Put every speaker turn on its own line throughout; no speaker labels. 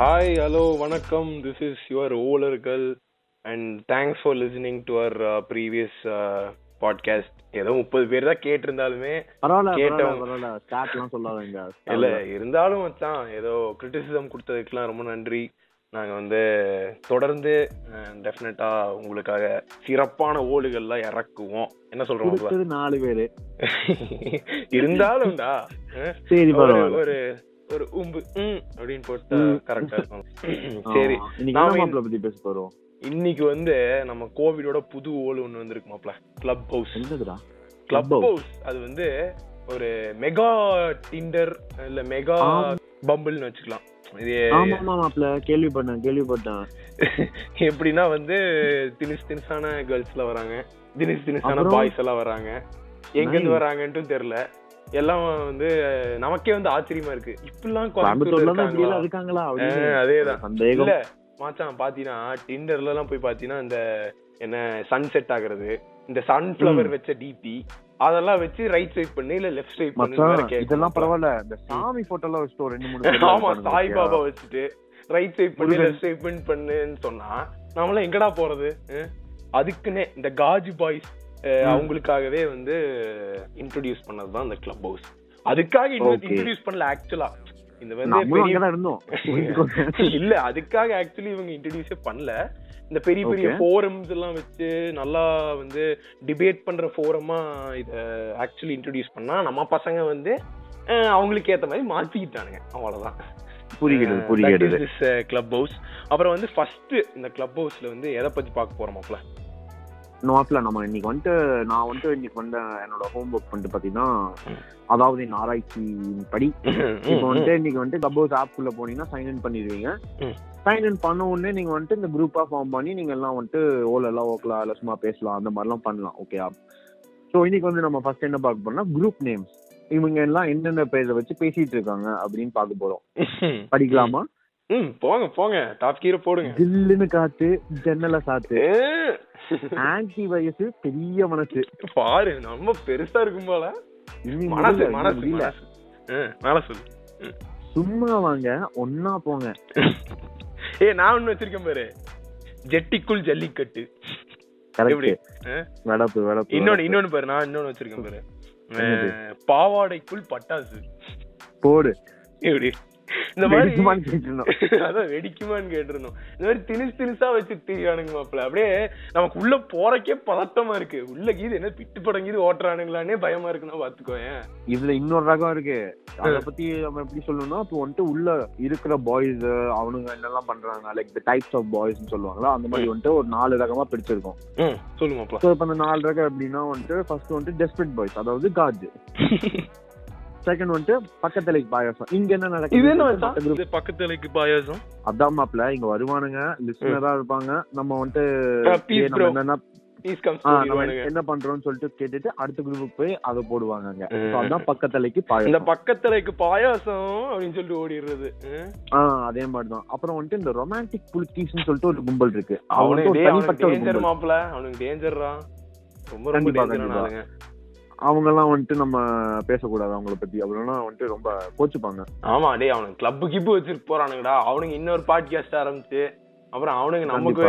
Hi hello வணக்கம் this is your ஓலர் girl and thanks for listening to our previous podcast uh, ஏதோ முப்பது பேர் தான் கேட்டிருந்தாலுமே
பரவாயில்ல
கேட்டோம்.
பரவாயில்ல பரவாயில்ல ஸ்டார்ட் எல்லாம் சொல்லாதீங்க
இல்ல இருந்தாலும் மச்சான் ஏதோ கிரிட்டிசிசம் கொடுத்ததுக்கெல்லாம் ரொம்ப நன்றி நாங்க வந்து தொடர்ந்து டெஃபினட்டா உங்களுக்காக சிறப்பான ஓடுகள்லாம் இறக்குவோம் என்ன சொல்றோம் உங்களை?
கொடுத்தது நாலு பேரு
இருந்தாலும்டா அஹ்,
சரி
ஒரு
பரவாயில்ல
ஒரு ஒரு உம்பு ம் அப்படின்னு போட்டு
ம்.
கரெக்டா இருக்கும்
ஆமா.
சரி
இன்னைக்கு
நாம
என்ன
இந்த-
மாப்பிள்ள பத்தி பேச போறோம்
இன்னைக்கு வந்து நம்ம கோவிடோட புது ஓல் ஒண்ணு வந்திருக்குமாப்ல கிளப் ஹவுஸ்
என்னதுடா
கிளப்
Clubhouse.
ஹவுஸ் அது வந்து ஒரு மெகா டிண்டர் இல்ல மெகா
ஆமா.
பம்பிள்னு வச்சுக்கலாம் இது
ஆமா ஆமா மாப்பிள்ள கேள்விப்பட்டேன் கேள்விப்பட்டேன்
எப்படின்னா வந்து திணிஸ் திணிசான கேர்ள்ஸ்ல வராங்க திணிஸ் திணிசான
அப்புறம்?
பாய்ஸ் எல்லாம் வராங்க எங்க இருந்து வராங்கன்ட்டும் தெரியல எல்லாம் வந்து நமக்கே வந்து ஆச்சரியமா இருக்கு இப்படிலாம் கோயம்புத்தூர்ல
கோயம்புத்தூர்ல தான்
இருக்காங்களா
இப்படி எல்லாம் இருக்காங்களா அப்படின்னு
அஹ், அதேதான்
சந்தேகம்
இல்ல மச்சான் பாத்தீங்கன்னா டிண்டர்ல எல்லாம் போய் பாத்தீங்கன்னா இந்த என்ன சன்செட் ஆகுறது இந்த சன்ஃபிளவர் வச்ச டிபி அதெல்லாம் வச்சு ரைட் சைட் பண்ணு இல்ல லெஃப்ட் சைட் பண்ணு வேற
மச்சான்
கேக்கும்.
இதெல்லாம் பரவாயில்ல இந்த சாமி போட்டோல வச்சுட்டு ஒரு ரெண்டு மூணு பேர்
ஆமா
இருக்கானுங்க
சாய்
பாத்தியா?
பாபா வச்சுட்டு ரைட் சைட் பண்ணி
முருகன்.
லெஃப்ட் சைட் பண்ணு பண்ணுன்னு சொன்னா நம்மளாம் எங்கடா போறது அஹ்? அதுக்குன்னே இந்த காஜி பாய்ஸ் அஹ்,
ம்.
அவங்களுக்காகவே வந்து இன்ட்ரோடியூஸ் பண்ணதுதான் இந்த கிளப் ஹவுஸ் அதுக்காக இன்னும்
Okay.
இன்ட்ரோடியூஸ் பண்ணல ஆக்சுவலா இந்த வந்து
நம்மளும்
பெரிய
அங்கதான் இருந்தோம்
இல்ல அதுக்காக ஆக்சுவலி இவங்க இன்ட்ரடியூஸே பண்ணல இந்த பெரிய பெரிய
Okay.
ஃபோரம்ஸ் எல்லாம் வச்சு நல்லா வந்து டிபேட் பண்ற ஃபோரமா இத ஆக்சுவலி இன்ட்ரடியூஸ் பண்ணா நம்ம பசங்க வந்து அஹ், அவங்களுக்கு ஏத்த மாதிரி மாத்திக்கிட்டானுங்க அவ்வளவுதான்
புரிகிறது புரிகிறது
கிளப் ஹவுஸ் அப்புறம் வந்து ஃபர்ஸ்ட் இந்த கிளப் ஹவுஸ்ல வந்து எதை பத்தி பார்க்க போறோமாப்ல
நோட்ல நம்ம இன்னைக்கு வந்துட்டு நான் வந்துட்டு இன்னைக்கு வந்த என்னோட ஹோம் ஒர்க் வந்துட்டு பாத்தீங்கன்னா அதாவது என் ஆராய்ச்சியின் படி இப்போ வந்துட்டு இன்னைக்கு வந்துட்டு கபோஸ் ஆப்குள்ள போனீங்கன்னா சைன் இன் பண்ணிடுவீங்க
ம்.
சைன் இன் பண்ண உடனே நீங்க வந்துட்டு இந்த குரூப்பா ஃபார்ம் பண்ணி நீங்க எல்லாம் வந்துட்டு ஓல எல்லாம் ஓக்கலாம் இல்ல சும்மா பேசலாம் அந்த மாதிரிலாம் பண்ணலாம் ஓகேயா ஸோ இன்னைக்கு வந்து நம்ம ஃபர்ஸ்ட் என்ன பார்க்க போறோம்னா குரூப் நேம்ஸ் இவங்க எல்லாம் என்னென்ன பேரை வச்சு பேசிட்டு இருக்காங்க அப்படின்னு பார்க்க போறோம் படிக்கலாமா
ம் போங்க போங்க டாப் கீரை போடுங்க
ஜில்லுன்னு காத்து ஜன்னல சாத்து
அஹ்,
ஆன்டி வயசு பெரிய மனசு
பாரு நம்ம பெருசா இருக்கும் போல
இனி
மனசு
முடியல, இனி
மனசு
முடியல.
மனசு ம், மேல சொல்லு
சும்மா வாங்க ஒன்னா போங்க
ஏ நான் ஒண்ணு வச்சிருக்கேன் பாரு ஜெட்டிக்குள் ஜல்லிக்கட்டு எப்படி?
கரெக்ட்
ஆ?
வடப்பு வடப்பு
இன்னொன்னு
வடப்பு.
இன்னொன்னு பாரு நான் இன்னொன்னு வச்சிருக்கேன் பாரு
என்னது?
அஹ், பாவாடைக்குள் பட்டாசு
போடு
எப்படி இந்த
வெடிக்குமான்னு
மாதிரி
கேட்டிருந்தோம்.
அதான் வெடிக்குமான்னு கேட்டிருந்தோம் இந்த மாதிரி திணிஸ் திணிசா வச்சு தீயானுங்க மாப்பிள்ள அப்படியே நமக்கு உள்ள போறக்கே பதட்டமா இருக்கு உள்ள கீது என்ன பிட்டு படங்கீது ஓட்டுறானுங்களானே பயமா இருக்குன்னா பாத்துக்கோயேன்
இதுல இன்னொரு ரகம் இருக்கு அத பத்தி நம்ம எப்படி சொல்லணும்னா இப்போ வந்துட்டு உள்ள இருக்கிற பாய்ஸ் அவனுங்க என்னெல்லாம் பண்றாங்க like the types of boys சொல்லுவாங்களா அந்த மாதிரி வந்துட்டு ஒரு நாலு ரகமா பிடிச்சிருக்கோம்
ம், சொல்லு மாப்பிள்ள
ஸோ இப்போ அந்த நாலு ரகம் எப்படின்னா வந்துட்டு ஃபர்ஸ்ட் வந்துட்டு டெஸ்பிரட் பாய்ஸ் அதாவது காஜ் செகண்ட் வந்துட்டு பக்கத்துல பாயாசம் இங்க என்ன
இது என்ன மச்சான்?
நடக்குது
இது பக்கத்து லைக்கு பாயாசம்
அதான் மாப்ள இங்க வருவானுங்க லிஸ்னரா இருப்பாங்க நம்ம வந்துட்டு
ஆ, peace
ஏய், நம்ம
bro.
என்னன்னா
ப்ளீஸ் கம்
ஆ, நம்ம என்ன பண்றோம்னு சொல்லிட்டு கேட்டுட்டு அடுத்த குரூப்புக்கு போய் அதை போடுவாங்க அங்க So, அதான் பக்கத்தலைக்கு
இந்த
பாயம்
பக்கத்துலைக்கு பாயாசம் அப்படின்னு சொல்லிட்டு ஓடிடுறது ம்.
ஆஹ் அதே மாதிரிதான் அப்புறம் வந்துட்டு இந்த ரொமான்டிக் புலித்தீஸ்னு சொல்லிட்டு ஒரு கும்பல் இருக்கு அவனுக்கு
அவனுக்கு
ஒரு
டே- அவனுக்கு
தனிப்பட்ட ஒரு
டேஞ்சர்
கும்பல்.
மாப்பிள அவனுக்கு டேஞ்சர்ரா ரொம்ப ரொம்ப
கண்டிப்பா,
டேஞ்சரான
கண்டிப்பா.
ஆளுங்க
அவங்க எல்லாம் வந்துட்டு நம்ம பேசக்கூடாது அவங்கள பத்தி அப்படின்னா வந்துட்டு ரொம்ப கோச்சுப்பாங்க
ஆமா டேய் அவனுக்கு கிளப் கிப்பு வச்சுட்டு போறானுங்கடா அவனுங்க இன்னொரு பாட்காஸ்ட் ஆரம்பிச்சு அப்புறம் அவனுங்க நமக்கு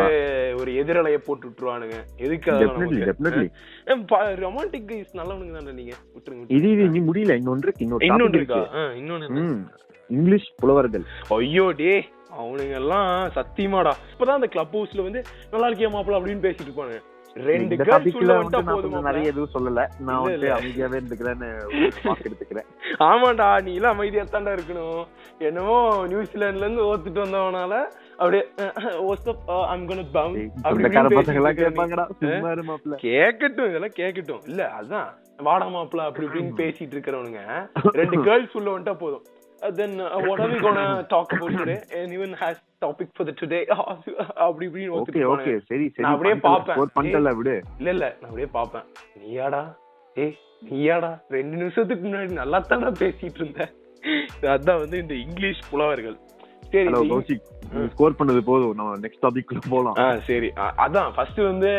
ஒரு எதிரலைய போட்டு விட்டுருவானுங்க எதுக்கு
டெஃபினெட்லி டெஃபினெட்லி
ரொமான்டிக் கைஸ் நல்லவனுங்க தானே நீங்க விட்டுருங்க
இது இது
விட்டுருங்க.
இனி முடியல இன்னொன்று இருக்கு இன்னொரு
இன்னொன்னு
topic
இருக்கா
இருக்கு
ஆ, இன்னொன்னு என்ன?
ம் இங்கிலீஷ் புலவர்கள்
ஐயோ டே அவனுங்க எல்லாம் சத்தியமாடா இப்பதான் அந்த கிளப் ஹவுஸ்ல வந்து நல்லா இருக்கே மாப்பிள அப்படின்னு பேசிட்டு இருப்பாங்க ரெண்டு
இந்த
கேர்ள்ஸ்
டாபிக்ல
உள்ள
வந்து
வந்துட்டா
நான்
போதும்
கொஞ்சம்
மாப்ள.
நிறைய எதுவும் சொல்லல நான்
இல்ல,
வந்து
இல்ல.
அமைதியாவே இருந்துக்கிறேன்னு வாக்கு எடுத்துக்கிறேன்
ஆமாண்டா நீ எல்லாம் அமைதியா தாண்டா இருக்கணும் என்னவோ நியூசிலாந்துல இருந்து ஓத்துட்டு வந்தவனால அப்படியே ஐம் கோன பவுன்ஸ்
சொந்தக்கார பசங்க எல்லாம் கேட்பாங்கடா சும்மா இருமாப்ல
கேட்கட்டும் இதெல்லாம் கேட்கட்டும் இல்ல அதான் வாடா மாப்பிள அப்படி இப்படின்னு பேசிட்டு இருக்கிறவனுங்க ரெண்டு கேர்ள்ஸ் உள்ள வந்துட்டா போதும் uh, then what are we gonna talk about today and even has topic for the today அப்படி இப்படின்னு
ஓகே
ஓத்துட்டு
ஓகே
போனாங்க.
சரி சரி
நான் அப்படியே பார்ப்பேன்.
ஸ்கோர் பண்ணல விடு
இல்ல இல்ல நான் அப்படியே பாப்பேன் நீயாடா ஏய் நீயாடா ரெண்டு நிமிஷத்துக்கு முன்னாடி நல்லா பேசிட்டு இருந்த அதான் வந்து இந்த இங்கிலீஷ் புலவர்கள் சரி
ஹலோ
இந்த இங்-
கௌஷிக் ஸ்கோர் பண்ணது போதும் நம்ம நெக்ஸ்ட் டாபிக் குள்ள போலாம்
ஆ சரி அ- அதான் ஃபர்ஸ்ட் வந்து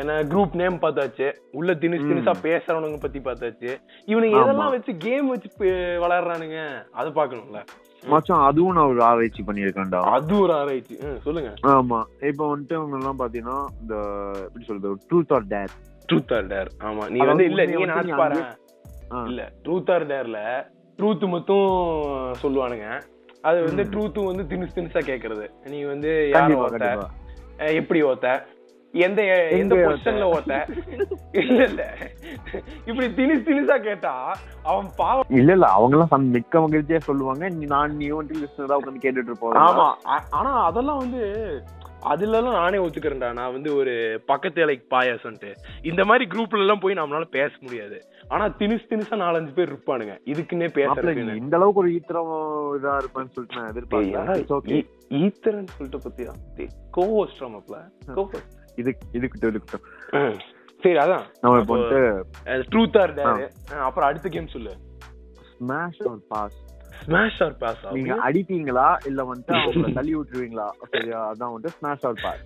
என்ன குரூப் நேம் பார்த்தாச்சு உள்ள திணிச்சு
ம்.
திணிச்சா பேசுறவனுங்க பத்தி பார்த்தாச்சு இவனுங்க
ஆமா.
எதெல்லாம் வச்சு கேம் வச்சு பே- விளையாடுறானுங்க அதை பார்க்கணும்ல
மச்சான் அதுவும் நான் ஒரு ஆராய்ச்சி பண்ணியிருக்கேன்டா
அது ஒரு ஆராய்ச்சி ம், சொல்லுங்க
ஆமா இப்போ வந்துட்டு அவங்க எல்லாம் பாத்தீங்கன்னா இந்த எப்படி சொல்றது truth or dare
truth or dare ஆமா நீ
அதாவது
வந்து இல்ல
உண்மையை
நீ
வந்து நீ
நான்
அங்கே-
பாரு இல்ல ட்ரூத் ஆர் டேர்ல ட்ரூத் மட்டும் சொல்லுவானுங்க அது வந்து ட்ரூத் வந்து திணிசு திணிசா கேக்குறது நீ வந்து யார்
கண்டிப்பா
ஓத்த
கண்டிப்பா
அஹ் எப்படி ஓத்த எந்த எந்த
எங்க
பொசிஷன்ல ஓத்த இல்ல இல்ல இப்படி திணிசு திணிசா கேட்டா அவன் பாவம்
இல்ல இல்ல அவங்க எல்லாம் மிக்க மகிழ்ச்சியா சொல்லுவாங்க நீ நான் நீ வந்துட்டு லிஸ்னர் தான் உட்காந்து கேட்டுட்டு இருப்போம்
ஆமா ஆ- ஆனா அதெல்லாம் வந்து அதுல எல்லாம் நானே ஒத்துக்கிறேன்டா நான் வந்து ஒரு பக்கத்து இலைக்கு பாயாசம்ட்டு இந்த மாதிரி குரூப்ல எல்லாம் போய் நம்மளால பேச முடியாது ஆனா திணிசு திணிசா நாலஞ்சு பேர் இருப்பானுங்க இதுக்குன்னே
மாப்பிள்ள
பேசுறதுன்னு
நீ இந்த அளவுக்கு ஒரு ஈத்திரம் இதா இருப்பேன்னு சொல்லிட்டு நான்
ஏய், யாரா
எதிர்பார்க்கல ஓகே
ஈ- ஈத்தரன் E- சொல்லிட்டு பாத்தியா கோஹோஸ்ட் மாப்ள கோஹோஸ்ட்
இது இதுக்கு இதுக்கு
சரி அதான்
நம்ம இப்போ வந்துட்டு
ட்ரூத் ஆர் டேர் அப்புறம் அடுத்த கேம் சொல்லு
ஸ்மாஷ் ஒரு பாஸ்
ஸ்மாஷ் ஆர் பாஸ்
நீங்க அடிப்பீங்களா இல்ல வந்துட்டு அவங்கள தள்ளி விட்டுருவீங்களா சரியா அதான் வந்துட்டு ஸ்மாஷ் ஆர் பாஸ்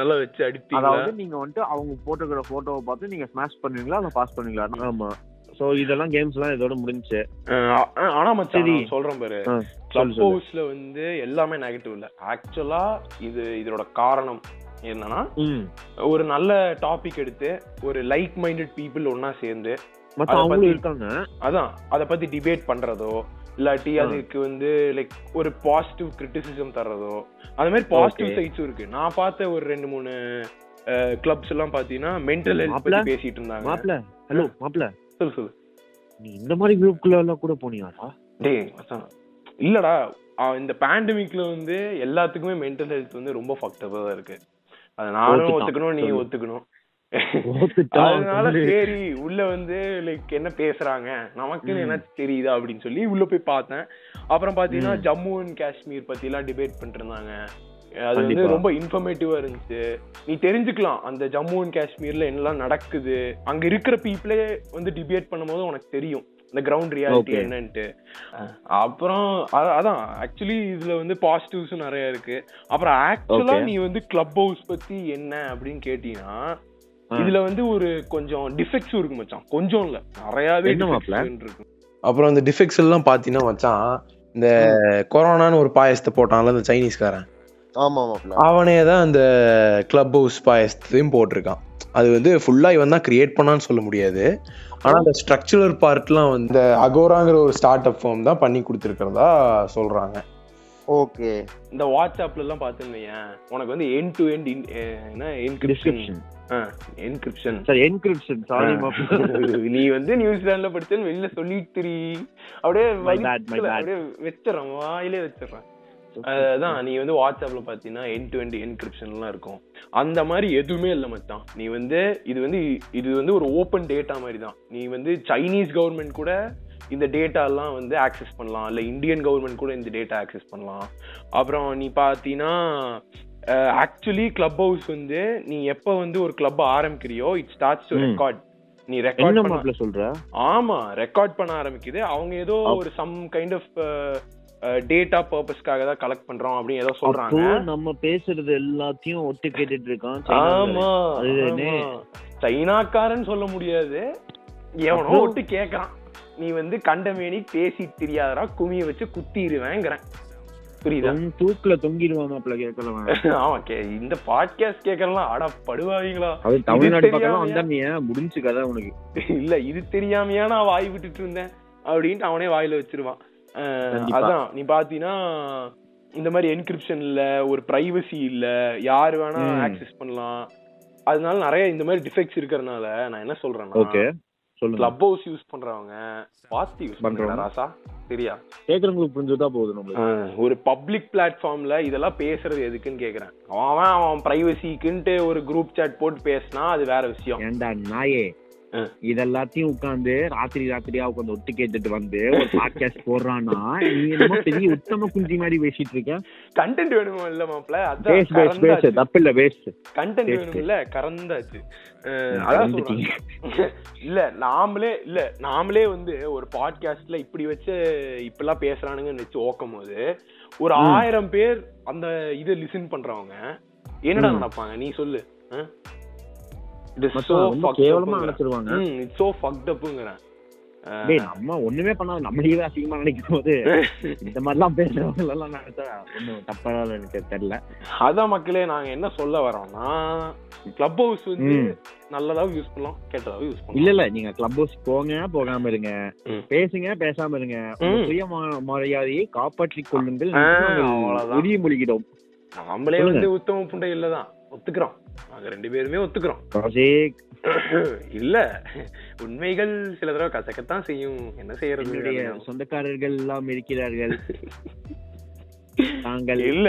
நல்லா வச்சு அடிப்பீங்களா
அதாவது நீங்க வந்துட்டு அவங்க போட்டுக்கிற போட்டோவை பார்த்து நீங்க ஸ்மாஷ் பண்ணுவீங்களா இல்ல பாஸ் பண்ணுவீங்களா ஆமா சோ இதெல்லாம் கேம்ஸ் எல்லாம் இதோட முடிஞ்சு
அஹ், அஹ், ஆனா மச்சான்
சரி.
நான் சொல்றேன் பாரு
ஆ,
கிளப் ஹவுஸ்ல வந்து எல்லாமே நெகட்டிவ் இல்ல ஆக்சுவலா இது இதோட காரணம் என்னன்னா ஒரு நல்ல டாபிக் எடுத்து ஒரு லைக் மைண்டட் பீப்புள் ஒன்னா சேர்ந்து
மத்த
அவங்களும்
இருக்காங்க
அதான் அத பத்தி டிபேட் பண்றதோ இல்லாட்டி அதுக்கு வந்து லைக் ஒரு பாசிட்டிவ் கிரிட்டிசிசம் தர்றதோ அது மாதிரி பாசிட்டிவ்
Okay.
சைட்ஸும் இருக்கு நான் பார்த்த ஒரு ரெண்டு மூணு கிளப்ஸ் எல்லாம் பாத்தீங்கன்னா மென்டல் ஹெல்த்
மாப்ள?
பத்தி பேசிட்டு இருந்தாங்க
மாப்பிள ஹலோ மாப்பிள
சொல்லு சொல்லு
நீ இந்த மாதிரி குரூப்குள்ள எல்லாம் கூட போனியாடா
டேய் மச்சான், இல்லடா அஹ் இந்த பேண்டமிக்ல வந்து எல்லாத்துக்குமே மென்டல் ஹெல்த் வந்து ரொம்ப ஃபக்டபா தான் இருக்கு அது நானும்
ஒத்துட்டான்.
ஒத்துக்கணும் நீ
சொல்லு.
ஒத்துக்கணும்
ஒத்துட்டான்,
அதனால
சொல்லு.
சரி உள்ள வந்து லைக் என்ன பேசுறாங்க நமக்குன்னு என்ன தெரியுதா அப்படின்னு சொல்லி உள்ள போய் பார்த்தேன் அப்புறம் பாத்தீங்கன்னா ஜம்மு அண்ட் காஷ்மீர் பத்தி எல்லாம் டிபேட் பண்ணிட்டு இருந்தாங்க அது வந்து
கண்டிப்பா.
ரொம்ப இன்ஃபர்மேட்டிவா இருந்துச்சு நீ தெரிஞ்சுக்கலாம் அந்த ஜம்மு அண்ட் காஷ்மீர்ல என்னெல்லாம் நடக்குது அங்க இருக்கிற பீப்புளே வந்து டிபேட் பண்ணும்போது உனக்கு தெரியும் இந்த கிரவுண்ட் ரியாலிட்டி
Okay.
என்னன்ட்டு அப்புறம் அ- அதான் ஆக்சுவலி இதுல வந்து பாசிட்டிவ்ஸும் நிறைய இருக்கு அப்புறம் ஆக்சுவலா
Okay.
நீ வந்து கிளப் ஹவுஸ் பத்தி என்ன அப்படின்னு கேட்டீங்கன்னா
ஆ.
இதுல வந்து ஒரு கொஞ்சம் டிஃபெக்ட்ஸும் இருக்கு மச்சான் கொஞ்சம் இல்ல நிறையவே
என்ன மாப்ள?
defects இருக்கு
அப்புறம் இந்த டிஃபிக்ஸ் எல்லாம் பாத்தீங்கன்னா மச்சான் இந்த கொரோனான்னு ஒரு பாயசத்தை போட்டான்ல இந்த சைனீஸ்காரன்
ஆமா மாப்பிள
அவனே தான் அந்த கிளப் ஹவுஸ் பாயசத்தையும் போட்டிருக்கான் அது வந்து ஃபுல்லா இவன் தான் கிரியேட் பண்ணான்னு சொல்ல முடியாது ஆனா அந்த ஸ்ட்ரக்சரல் பார்ட்லாம் வந்து இந்த அகோராங்கிற ஒரு ஸ்டார்ட் அப் ஃபார்ம் தான் பண்ணி கொடுத்துருக்கிறதா சொல்றாங்க
ஓகே
இந்த வாட்ஸ்அப்ல எல்லாம் பாத்துருந்தீங்க உனக்கு வந்து என் டு எண்ட் என்ன encryption
description
encryption
sir encryption sorry மாப்பிள
நீ வந்து நியூசிலாந்துல படிச்சேன்னு வெளியில சொல்லிட்டு திரி. அப்படியே
My
வயித்துல
bad, my bad.
அப்படியே வச்சிடறேன் வாயிலே வச்சிடறேன் அதான் நீ வந்து வாட்ஸ்அப்ல பாத்தீங்கன்னா என் டு எண்ட் என்கிரிப்ஷன்லாம் இருக்கும் அந்த மாதிரி எதுவுமே இல்லை மச்சான் நீ வந்து இது வந்து இது வந்து ஒரு ஓப்பன் டேட்டா மாதிரி தான் நீ வந்து சைனீஸ் கவர்மெண்ட் கூட இந்த டேட்டா எல்லாம் வந்து ஆக்சஸ் பண்ணலாம் இல்ல இந்தியன் கவர்மெண்ட் கூட இந்த டேட்டா ஆக்சஸ் பண்ணலாம் அப்புறம் நீ பார்த்தீங்கன்னா ஆக்சுவலி கிளப் ஹவுஸ் வந்து நீ எப்போ வந்து ஒரு கிளப் ஆரம்பிக்கிறியோ இட் ஸ்டார்ட்ஸ் டு
ம்.
ரெக்கார்ட் நீ ரெக்கார்ட்
என்ன
பண்ண
மாப்பிள சொல்ற
ஆமா ரெக்கார்ட் பண்ண ஆரம்பிக்குது அவங்க ஏதோ
அப்-
ஒரு சம் கைண்ட் ஆஃப் டேட்டா பர்பஸ்க்காக uh, தான் கலெக்ட் பண்றோம் அப்படின்னு ஏதோ
அப்போ
சொல்றாங்க
நம்ம பேசுறது எல்லாத்தையும் ஒட்டு கேட்டுட்டு இருக்கான் சைனாக்காரன்.
ஆமா
அது என்ன?
ஆமா. சைனாக்காரன் சொல்ல முடியாது எவனோ
அப்புறம்?
விட்டு கேக்குறான் நீ வந்து கண்டமேனி பேசி தெரியாதடா குமிய வச்சு குத்திடுவேங்கிறேன் புரியுதா
தொங்- தூக்குல தொங்கிடுவான் மாப்பிள்ள கேட்கலவன்
ஆமா கே இந்த பாட்காஸ்ட் கேட்கறலாம் அட படுவாவீங்களா
அது தமிழ்நாடு பக்கம்
தெரியாமையா?
வந்தாமியா முடிஞ்சு கதை உனக்கு
இல்ல இது தெரியாமையா நான் வாய் விட்டுட்டு இருந்தேன் அப்படின்ட்டு அவனே வாயில வச்சிருவான் அஹ்,
கண்டிப்பா.
அதான் நீ பாத்தீங்கன்னா இந்த மாதிரி என்கிரிப்ஷன் இல்ல ஒரு பிரைவசி இல்ல யார் வேணா
ம்.
ஆக்சஸ் பண்ணலாம் அதனால நிறைய இந்த மாதிரி டிஃபெக்ட்ஸ் இருக்கறனால நான் என்ன
ஓகே
சொல்றேன்னா
சொல்லுங்க
கிளப் ஹவுஸ் யூஸ் பண்றவங்க பாஸ்தி யூஸ் பண்றாங்க
பண்றவங்க.
ராசா சரியா
கேக்குறவங்களுக்கு புரிஞ்சுட்டா போதும் நம்மளுக்கு
ஒரு பப்ளிக் பிளாட்ஃபார்ம்ல இதெல்லாம் பேசுறது எதுக்குன்னு கேக்குறேன் அவன் அவன் பிரைவசிக்குன்ட்டு ஒரு குரூப் சேட் போட்டு பேசினா அது வேற விஷயம்
ஏண்டா நாயே
ஆ.
இதெல்லாத்தையும் உட்காந்து ராத்திரி ராத்திரியா உட்காந்து ஒட்டு கேட்டுட்டு வந்து ஒரு பாட்காஸ்ட் போடுறான்னா நீ என்னமோ பெரிய உத்தம குஞ்சி மாதிரி பேசிட்டு இருக்க
கண்டென்ட் வேணுமா இல்ல மாப்ள
பேஸ் பேஸ் பேஸ்
அதான்
தப்பில்ல பேஸ்
கண்டென்ட்
Yes,
வேணும்ல கறந்தாச்சு அஹ், அதான்
கறந்துட்டீங்க.
சொல்றேன். இல்ல நாமளே இல்ல நாமளே வந்து ஒரு பாட்காஸ்ட்ல இப்படி வச்சு இப்பெல்லாம் பேசுறானுங்கன்னு வச்சு ஓக்கும் போது ஒரு ஆயிரம் பேர் அந்த இதை லிசன் பண்றவங்க என்னடா நடப்பாங்க நீ சொல்லு அஹ்? It is so
மச்சான் ரொம்ப
fucked
கேவலமா
upங்கறேன்.
நினைச்சிருவாங்க
ம், it's so fucked upங்கறேன். அஹ்,
டேய் நம்ம ஒண்ணுமே பண்ணாது நம்மளையே அசிங்கமா நினைக்கும் போது இந்த மாதிரி எல்லாம் பேசுறவங்க எல்லாம் நினைச்சா ஒண்ணும் தப்பா எனக்கு தெரியல
அதான் மக்களே நாங்க என்ன சொல்ல வரோம்னா கிளப் ஹவுஸ் வந்து
ம்.
நல்லதாவும் யூஸ் பண்ணலாம் கெட்டதாவும் யூஸ்
இல்ல
பண்ணலாம்
இல்ல நீங்க கிளப் ஹவுஸ் போங்க போகாம இருங்க
ம்.
பேசுங்க பேசாம இருங்க உங்க
ம்.
சுய ம- மரியாதையை காப்பாற்றிக் கொள்ளுங்கள்
ஆ,
நாங்கள்
அவ்வளவுதான்.
உரிய மொழிகிறோம்
நாமளே வந்து உத்தம புண்டை இல்லதான் ஒத்துக்கிறோம் நாங்க ரெண்டு பேருமே ஒத்துக்கிறோம்
கௌஷிக்,
இல்ல உண்மைகள் சில தடவை கசக்கத்தான் செய்யும் என்ன
என்னுடைய
செய்யறது
சொந்தக்காரர்கள் எல்லாம் இருக்கிறார்கள் நாங்கள்
இல்ல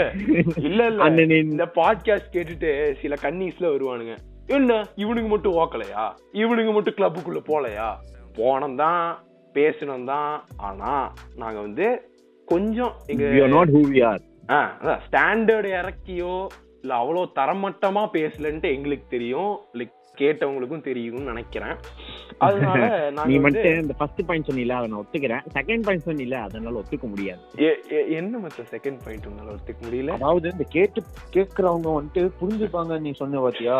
இல்ல இல்ல
அண்ணனின்
இந்த பாட்காஸ்ட் கேட்டுட்டு சில கன்னிஸ்ல வருவானுங்க என்ன இவனுக்கு மட்டும் ஓக்கலையா இவனுக்கு மட்டும் கிளப்புக்குள்ள போலையா போனோம் தான் பேசணும் தான் ஆனா நாங்க வந்து கொஞ்சம்
we
எங்க
are not who we are.
Standard இறக்கியோ இல்ல அவ்வளோ தரமட்டமா பேசலன்ட்டு எங்களுக்கு தெரியும் லைக் கேட்டவங்களுக்கும் தெரியும்னு நினைக்கிறேன் அதனால
நீ
நாங்க வந்து
மட்டும் இந்த ஃபர்ஸ்ட் பாயிண்ட் சொன்னீல அதை நான் ஒத்துக்கிறேன் செகண்ட் பாயிண்ட் சொன்னீல அதனால ஒத்துக்க முடியாது
எ- எ- என்ன மத்த செகண்ட் பாயிண்ட் உன்னால ஒத்துக்க முடியல
அதாவது இந்த கேட்டு கேக்குறவங்க வந்துட்டு புரிஞ்சுப்பாங்க நீ சொன்ன பாத்தியா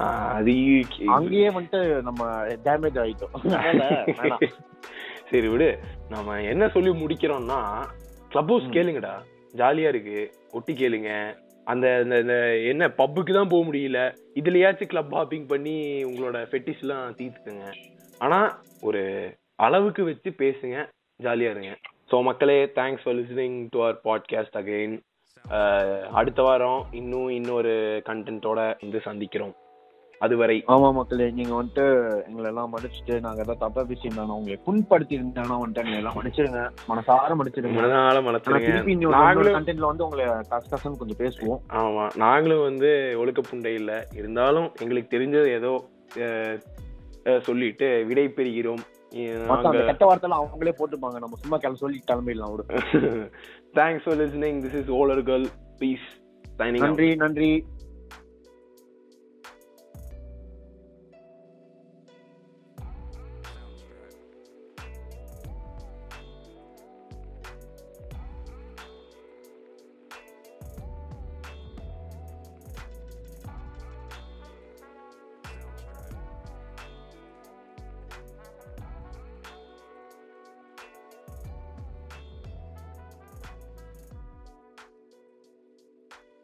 ஆ, அது இ-
அங்கேயே வந்துட்டு நம்ம டேமேஜ் ஆயிட்டோம் அதனால வேணாம்.
சரி விடு நம்ம என்ன சொல்லி முடிக்கிறோம்னா கிளப் ஹவுஸ் கேளுங்கடா ஜாலியா இருக்கு ஒட்டி கேளுங்க அந்த அந்த- அந்த என்ன பப்புக்கு தான் போக முடியல இதுலயாச்சும் கிளப் ஹாப்பிங் பண்ணி உங்களோட ஃபெட்டிஸ் எல்லாம் தீர்த்துக்குங்க ஆனா ஒரு அளவுக்கு வச்சு பேசுங்க ஜாலியா இருங்க ஸோ மக்களே thanks for listening to our podcast again அடுத்த வாரம் இன்னும் இன்னொரு கண்டென்ட்டோட வந்து சந்திக்கிறோம் அதுவரை
ஆமா மக்களே நீங்க வந்துட்டு எங்களை எல்லாம் மன்னிச்சுட்டு நாங்க ஏதாவது தப்பா பேசியிருந்தானோ உங்களை புண்படுத்தி இருந்தானோ வந்துட்டு எங்களை எல்லாம் மன்னிச்சிருங்க மனசார மன்னிச்சிருங்க
மனதால
ஆனா திருப்பி
மலர்த்துறீங்க
இன்னொரு
நாங்களும்
கண்டென்ட்ல வந்து உங்களை கஷ்ட கஷ்டம் கொஞ்சம் பேசுவோம்
ஆமா நாங்களும் வந்து ஒழுக்க புண்டை இல்லை இருந்தாலும் எங்களுக்கு தெரிஞ்சது ஏதோ அஹ், அஹ், சொல்லிட்டு விடை பெறுகிறோம் அஹ்,
மத்த அந்த
நாங்க
கெட்ட வார்த்தை அவங்களே போட்டுப்பாங்க நம்ம சும்மா கிளம்ப சொல்லி கிளம்பிடலாம் ஒரு
thanks for listening this is ஓலர்கள் பீஸ் சைனிங்
நன்றி நன்றி